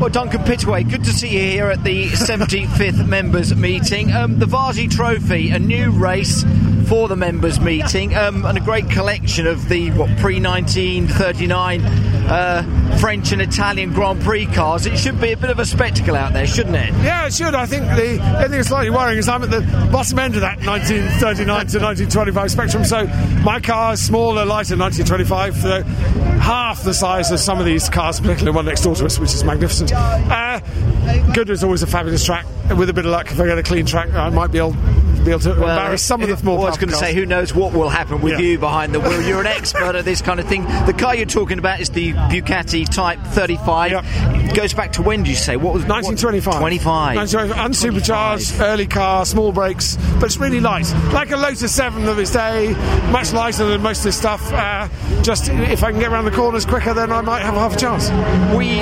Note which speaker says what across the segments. Speaker 1: Well, Duncan Pittaway, good to see you here at the 75th members meeting. Um, the Varsity Trophy, a new race for the members meeting, um, and a great collection of the what pre 1939 uh, French and Italian Grand Prix cars. It should be a bit of a spectacle out there, shouldn't it?
Speaker 2: Yeah, it should. I think the only thing that's slightly worrying is I'm at the bottom end of that 1939 to 1925 spectrum. So my car is smaller, lighter, 1925, so half the size of some of these cars, particularly one next door to us, which is magnificent. Uh, Goodwood is always a fabulous track. With a bit of luck, if I get a clean track, I might be able be able to
Speaker 1: Well,
Speaker 2: embarrass some of the more.
Speaker 1: well, Uh, I was going to say, who knows what will happen with
Speaker 2: Yeah.
Speaker 1: you behind the wheel? You're an expert at this kind of thing. The car you're talking about is the Bucati Type 35.
Speaker 2: Yep.
Speaker 1: It goes back to when? Do you say what was
Speaker 2: 1925.
Speaker 1: 25.
Speaker 2: 1925. Unsupercharged, early car, small brakes, but it's really light. Like a Lotus 7 of its day, much lighter than most of this stuff. Uh, just if I can get around the corners quicker, then I might have half a chance.
Speaker 1: We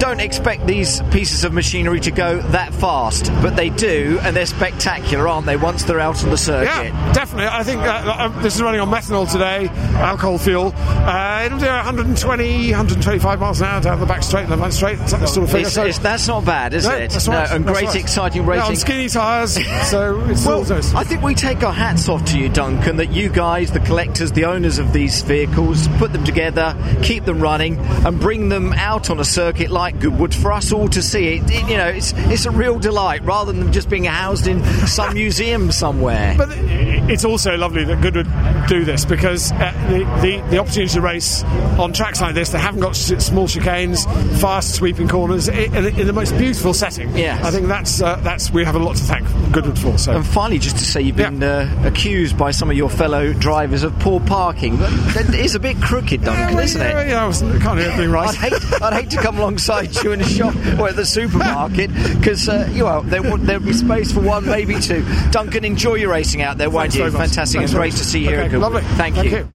Speaker 1: don't expect these pieces of machinery to go that fast, but they do, and they're spectacular, aren't they? Once they're out on the circuit.
Speaker 2: Yeah, definitely. I think uh, uh, this is running on methanol today, alcohol fuel. Uh, it'll do 120, 125 miles an hour down the back straight and the front straight. It's that sort of figure.
Speaker 1: It's-
Speaker 2: So-
Speaker 1: it's- that's not bad, is
Speaker 2: No,
Speaker 1: it?
Speaker 2: that's right,
Speaker 1: No, and
Speaker 2: that's
Speaker 1: great,
Speaker 2: right.
Speaker 1: exciting
Speaker 2: Yeah, on
Speaker 1: racing.
Speaker 2: skinny tyres, so it's all
Speaker 1: Well,
Speaker 2: those.
Speaker 1: I think we take our hats off to you, Duncan, that you guys, the collectors, the owners of these vehicles, put them together, keep them running, and bring them out on a circuit like Goodwood for us all to see. It, it- you know, it's it's a real delight rather than just being housed in some museum somewhere.
Speaker 2: But it's also lovely that Goodwood do this because uh, the, the, the opportunity to race on tracks like this, they haven't got sh- small chicanes, fast sweeping corners, i in, in the most beautiful setting.
Speaker 1: Yes.
Speaker 2: I think that's uh, that's we have a lot to thank Goodwood for. So
Speaker 1: and finally, just to say, you've been uh, accused by some of your fellow drivers of poor parking. That that is a bit crooked, Duncan, isn't
Speaker 2: yeah,
Speaker 1: it?
Speaker 2: yeah, I was, can't hear everything
Speaker 1: I'd
Speaker 2: right.
Speaker 1: hate, I'd hate to come alongside you in a shop or at the supermarket because uh, you know there would there'd be space for one, maybe two. Duncan, enjoy your racing out there, won't
Speaker 2: Thanks
Speaker 1: you?
Speaker 2: very much.
Speaker 1: Fantastic,
Speaker 2: Thanks
Speaker 1: and
Speaker 2: very
Speaker 1: great
Speaker 2: much.
Speaker 1: to see you here.
Speaker 2: Okay,
Speaker 1: at Goodwood.
Speaker 2: lovely.
Speaker 1: Thank,
Speaker 2: Thank
Speaker 1: you.
Speaker 2: you.